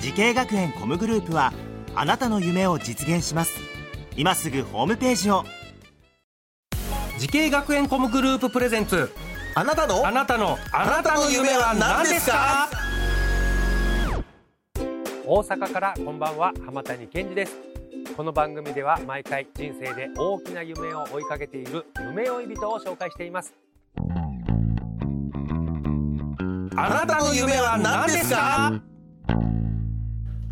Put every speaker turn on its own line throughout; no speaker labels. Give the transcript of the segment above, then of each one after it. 時系学園コムグループはあなたの夢を実現します今すぐホームページを
時系学園コムグループプレゼンツ
あなたの
あなたのあなたの夢は何ですか大阪からこんばんは浜谷健二ですこの番組では毎回人生で大きな夢を追いかけている夢追い人を紹介しています
あなたの夢は何ですか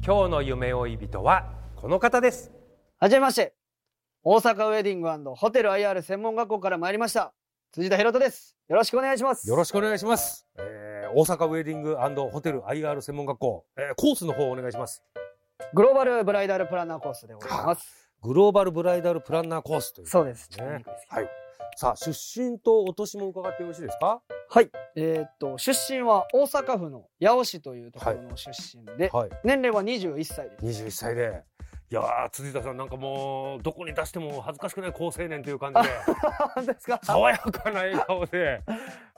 今日の夢追い人はこの方です
はじめまして。大阪ウェディングホテル IR 専門学校から参りました。辻田博人です。よろしくお願いします。
よろしくお願いします。えー、大阪ウェディングホテル IR 専門学校、えー、コースの方お願いします。
グローバルブライダルプランナーコースでございます。
グローバルブライダルプランナーコースという。
そうです。ちょっと
ね
見にくいですけど
はい。さあ、出身とお年も伺ってよろしいですか
はい。えーっと、出身は大阪府の八尾市というところの出身で、
はい。
年齢は21歳です。
21歳で。いやー、辻田さんなんかもう、どこに出しても恥ずかしくない好青年という 感じで、
本当ですか
爽やかな笑顔で。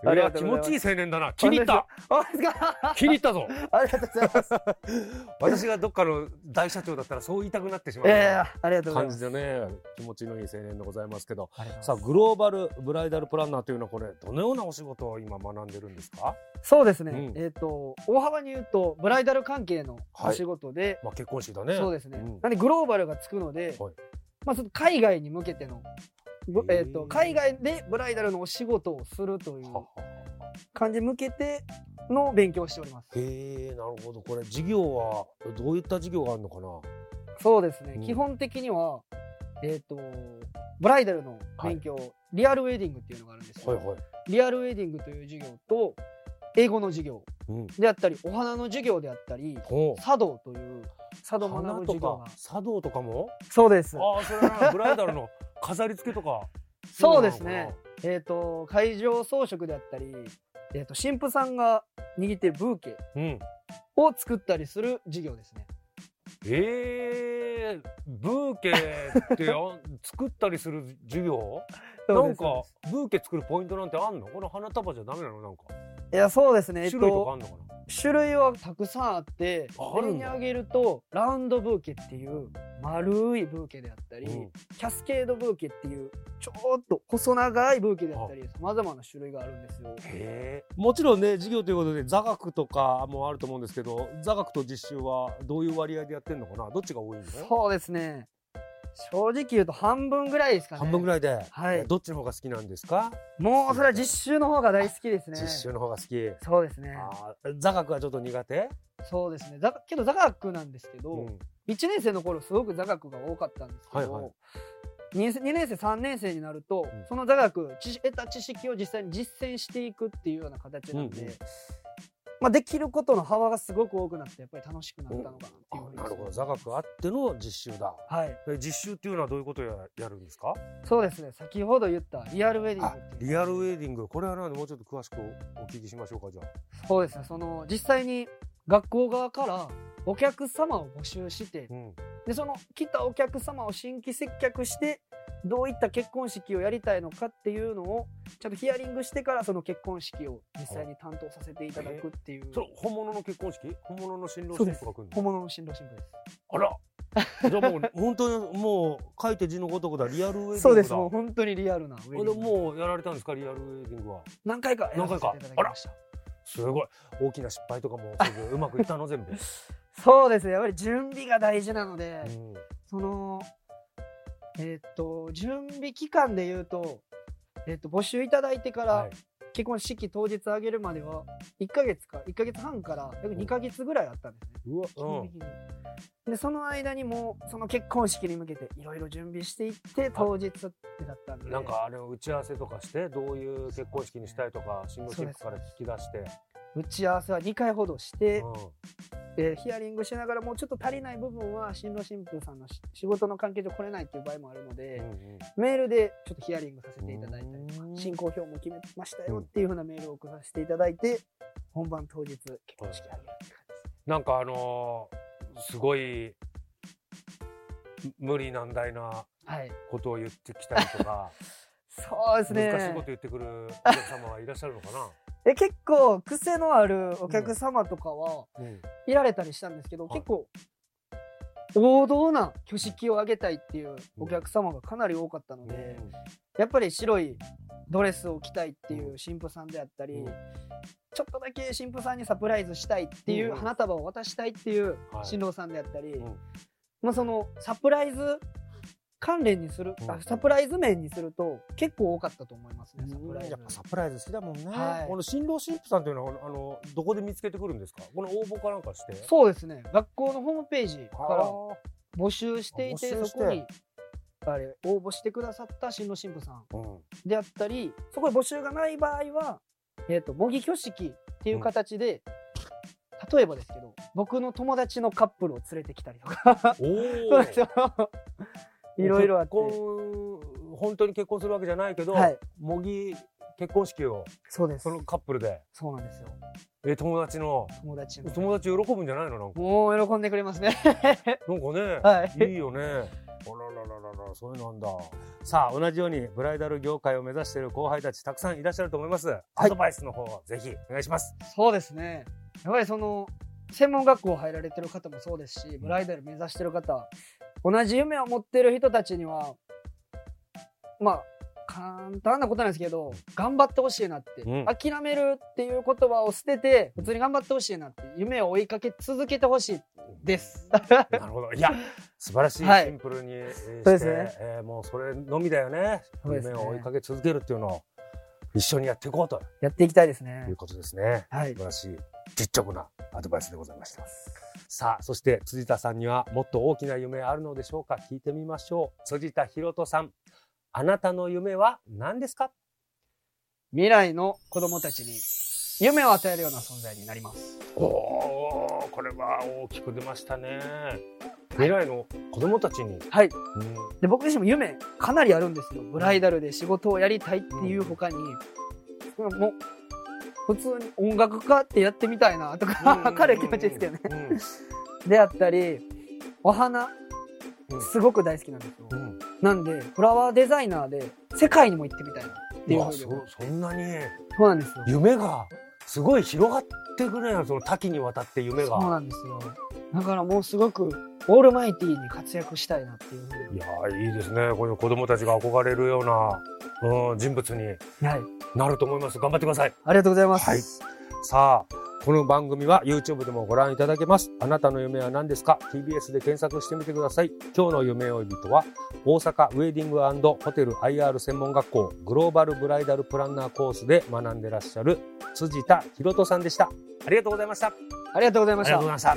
い
あり
や、
がと
気
うございます
持ちいい青年だな。気に入 った
本当ですか
気に入ったぞ
ありがとうございます。
私がどっかの大社長だったらそう言いたくなってしまう。
ええありがとうござい
感
ま
じ
す。
でね気持ちのいい青年でございますけど
ありがとうございます
さあグローバルブライダルプランナーというのはこれどのようなお仕事を今学んでるんですか、
そうですね。
うん
えーっと、大幅に言うと、ブライダル関係のお仕事で、
まあ、結婚式だね
そうですね。
ん
なんでグローバルがつくので、
はい
まあちょっと海外に向けての、ぶ
へー
えっと海外でブライダルのお仕事をするという
はは
感じに向けての勉強をしております。
へえなるほどこれ事業はどういった事業があるのかな
そうですね。
うん
基本的にはえっ、とブライダルの勉強、リアルウェディングっていうのがあるんですよ。
はいはい
リアルウェディングという授業と英語の授業
うん
であったり、お花の授業であったり。
ほう
茶道という茶道を学ぶ
花
授
と
業
か
が
茶道とかも
そうです
ああそれはブライダルの飾り付けとか
そうですねえっ、と会場装飾であったり、えっと神父さんが握ってるブーケ
うん
を作ったりする授業ですね。
えー、ブーケってあ 作ったりする授業
そう
な
で
ん
す
かブーケ作るポイントなんてあんのこの花束じゃダメなのなんか
いやそうですね。え
種
っ
類とかあ
と
んのかな、
種類はたくさんあって、
あある
例
ん
に
だ
挙げるとラウンドブーケっていう丸いブーケであったり、
うん
キャスケードブーケっていうちょっと細長いブーケであったり、様々な種類があるんですよ。
へーもちろんね授業ということで座学とかもあると思うんですけど座学と実習はどういう割合でやってんのかなどっちが多いの
そうですね。正直言うと半分ぐらいですかね。
半分ぐらいで、
はい
どっちの方が好きなんですか、
もうそれは実習の方が大好きですね。
実習の方が好き、
そうですね。
あー座学はちょっと苦手、
そうですね。だけど座学なんですけ
う
ど、
ん
1年生の頃すごく座学が多かったんですけ
はいは
ど、二 2, 年生3年生になると、
うん
その座学知得た知識を実際に実践していくっていうような形なんで、
うんうん
まあ、できることの幅がすごく多くなってやっぱり楽しくなったのかなっていうふうに
なるほど座学あっての実習だ
はい
え実習っていうのはどういうことをややるんですか
そうですね先ほど言ったリアルウェディン
あ
グっていう
リアルウェディングこれはなんでもうちょっと詳しくお聞きしましょうかじゃあ
そうですねその実際に学校側からお客様を募集して
うん
でその来たお客様を新規接客してどういった結婚式をやりたいのかっていうのをちゃんとヒアリングしてからその結婚式を実際に担当させていただくっていう、
それ本物の結婚式本物の新郎
そう
新
で
婦が来るの
本物の新郎新婦です
あら。じゃあもう本当にもう書いて字のごとくだリアルウェディングだ。
そうですもう本当にリアルなウェディ
こ
ン
れ
グ
もうやられたんですかリアルウェディングは。
何回かやらせていただきました
すごい大きな失敗とかもせずうまくいったの 全部。
そうですねやっぱり準備が大事なので、
うん
そのえーっと準備期間で言うとえーっと募集いただいてから、
はい
結婚式当日あげるまでは1ヶ月か1ヶ月半から約2ヶ月ぐらいあったんですね、
うわ。
基本
うん
的にでその間にもその結婚式に向けていろいろ準備していって当日ってだったんで
なんかあれを打ち合わせとかしてどういう結婚式にしたいとか新郎新婦から聞き出して。
打ち合わせは2回ほどして、
うん
えーヒアリングしながらもうちょっと足りない部分は新郎新婦さんのし仕事の関係上来れないっていう場合もあるので、メールでちょっとヒアリングさせていただいたりとか
うん
進行表も決めましたよっていうふうなメールを送らせていただいて本番当日結婚式あげるって感じです
なんかあのーすごい無理難題な
はい
ことを言ってきたりとか、
そうですね
難しいこと言ってくるお客様はいらっしゃるのか
え結構癖のあるお客様とかは
な、
いられたりしたんですけど、
はい
結構王道な挙式をあげたいっていうお客様がかなり多かったので、やっぱり白いドレスを着たいっていう新婦さんであったり、
うん
ちょっとだけ新婦さんにサプライズしたいっていう
うん
花束を渡したいっていう
はい
新郎さんであったり、
うん
まあ、そのサプライズ関連にする、
う
あ
ん
サプライズ面にすると結構多かったと思いますねサプライズ
やっぱサプライズ好きだもんね、
はい
この新郎新婦さんというのはあのどこで見つけてくるんですかこの応募かなんかして
そうですね学校のホームページか
あ
ら
ー
募集していて
募集して
そこにあれ応募してくださった新郎新婦さん
うん
であったりそこで募集がない場合は、えー、と模擬挙式っていう形で、例えばですけど僕の友達のカップルを連れてきたりとか
おー
そうですよいろいろあって
結婚本当に結婚するわけじゃないけど、
はい
模擬結婚式を
そうです
そのカップルで、
そうなんですよ
え友達の
友達の
友達喜ぶんじゃないのなんか
もう喜んでくれますね
な んかね、
はい
い、いよね。あららららら、そういうのなんだ。さあ、同じようにブライダル業界を目指している後輩たちたくさんいらっしゃると思います。アドバイスの方をぜひお願いします。
そうですねやっぱりその専門学校入られてる方もそうですしブライダル目指してる方同じ夢を持ってる人たちにはまあ簡単なことなんですけど頑張ってほしいなって、
うん
諦めるっていう言葉を捨てて普通に頑張ってほしいなって夢を追いかけ続けてほしいです。
なるほど。いや、素晴らしい、
はい
シンプルに、えーして、
そうですね
えーもうそれのみだよね。
そうですね
夢を追いかけ続けるっていうのを一緒にやっていこうと
やっていきたいです
い
ね
う。ことですね。
はい
素晴らしい実直なアドバイスでございました。さあ、そして辻田さんにはもっと大きな夢あるのでしょうか聞いてみましょう。辻田博人さん、あなたの夢は何ですか
未来の子供たちに夢を与えるような存在になります。
おお、これは大きく出ましたね。未来の子供たちに、
はい。
うん
で僕自身も夢かなりあるんですよブライダルで仕事をやりたいっていう他に、もう普通に音楽家ってやってみたいなとか 軽い気持ちですけどね
うん
であったりお花
うん
すごく大好きなんですよ、
うん
なんでフラワーデザイナーで世界にも行ってみたいなっていうう
わ
ふうに
そ
思う
そんなに
そうなんですよ
夢がすごい広がってくれるその多岐にわたって夢
そう
が。
なんですよだからもうすごくオールマイティーに活躍したいなっていうふう
い
に
やーいいですね。こういう子供たちが憧れるような、うん、人物に
はい
なると思います。頑張ってください。
ありがとうございます、
はいさあ、この番組は YouTube でもご覧いただけます。あなたの夢は何ですか ?TBS で検索してみてください。今日の夢追い人は、大阪ウェディングホテル IR 専門学校グローバルブライダルプランナーコースで学んでらっしゃる辻田博人さんでした。ありがとうございました。あ
ありがとうございました
いました。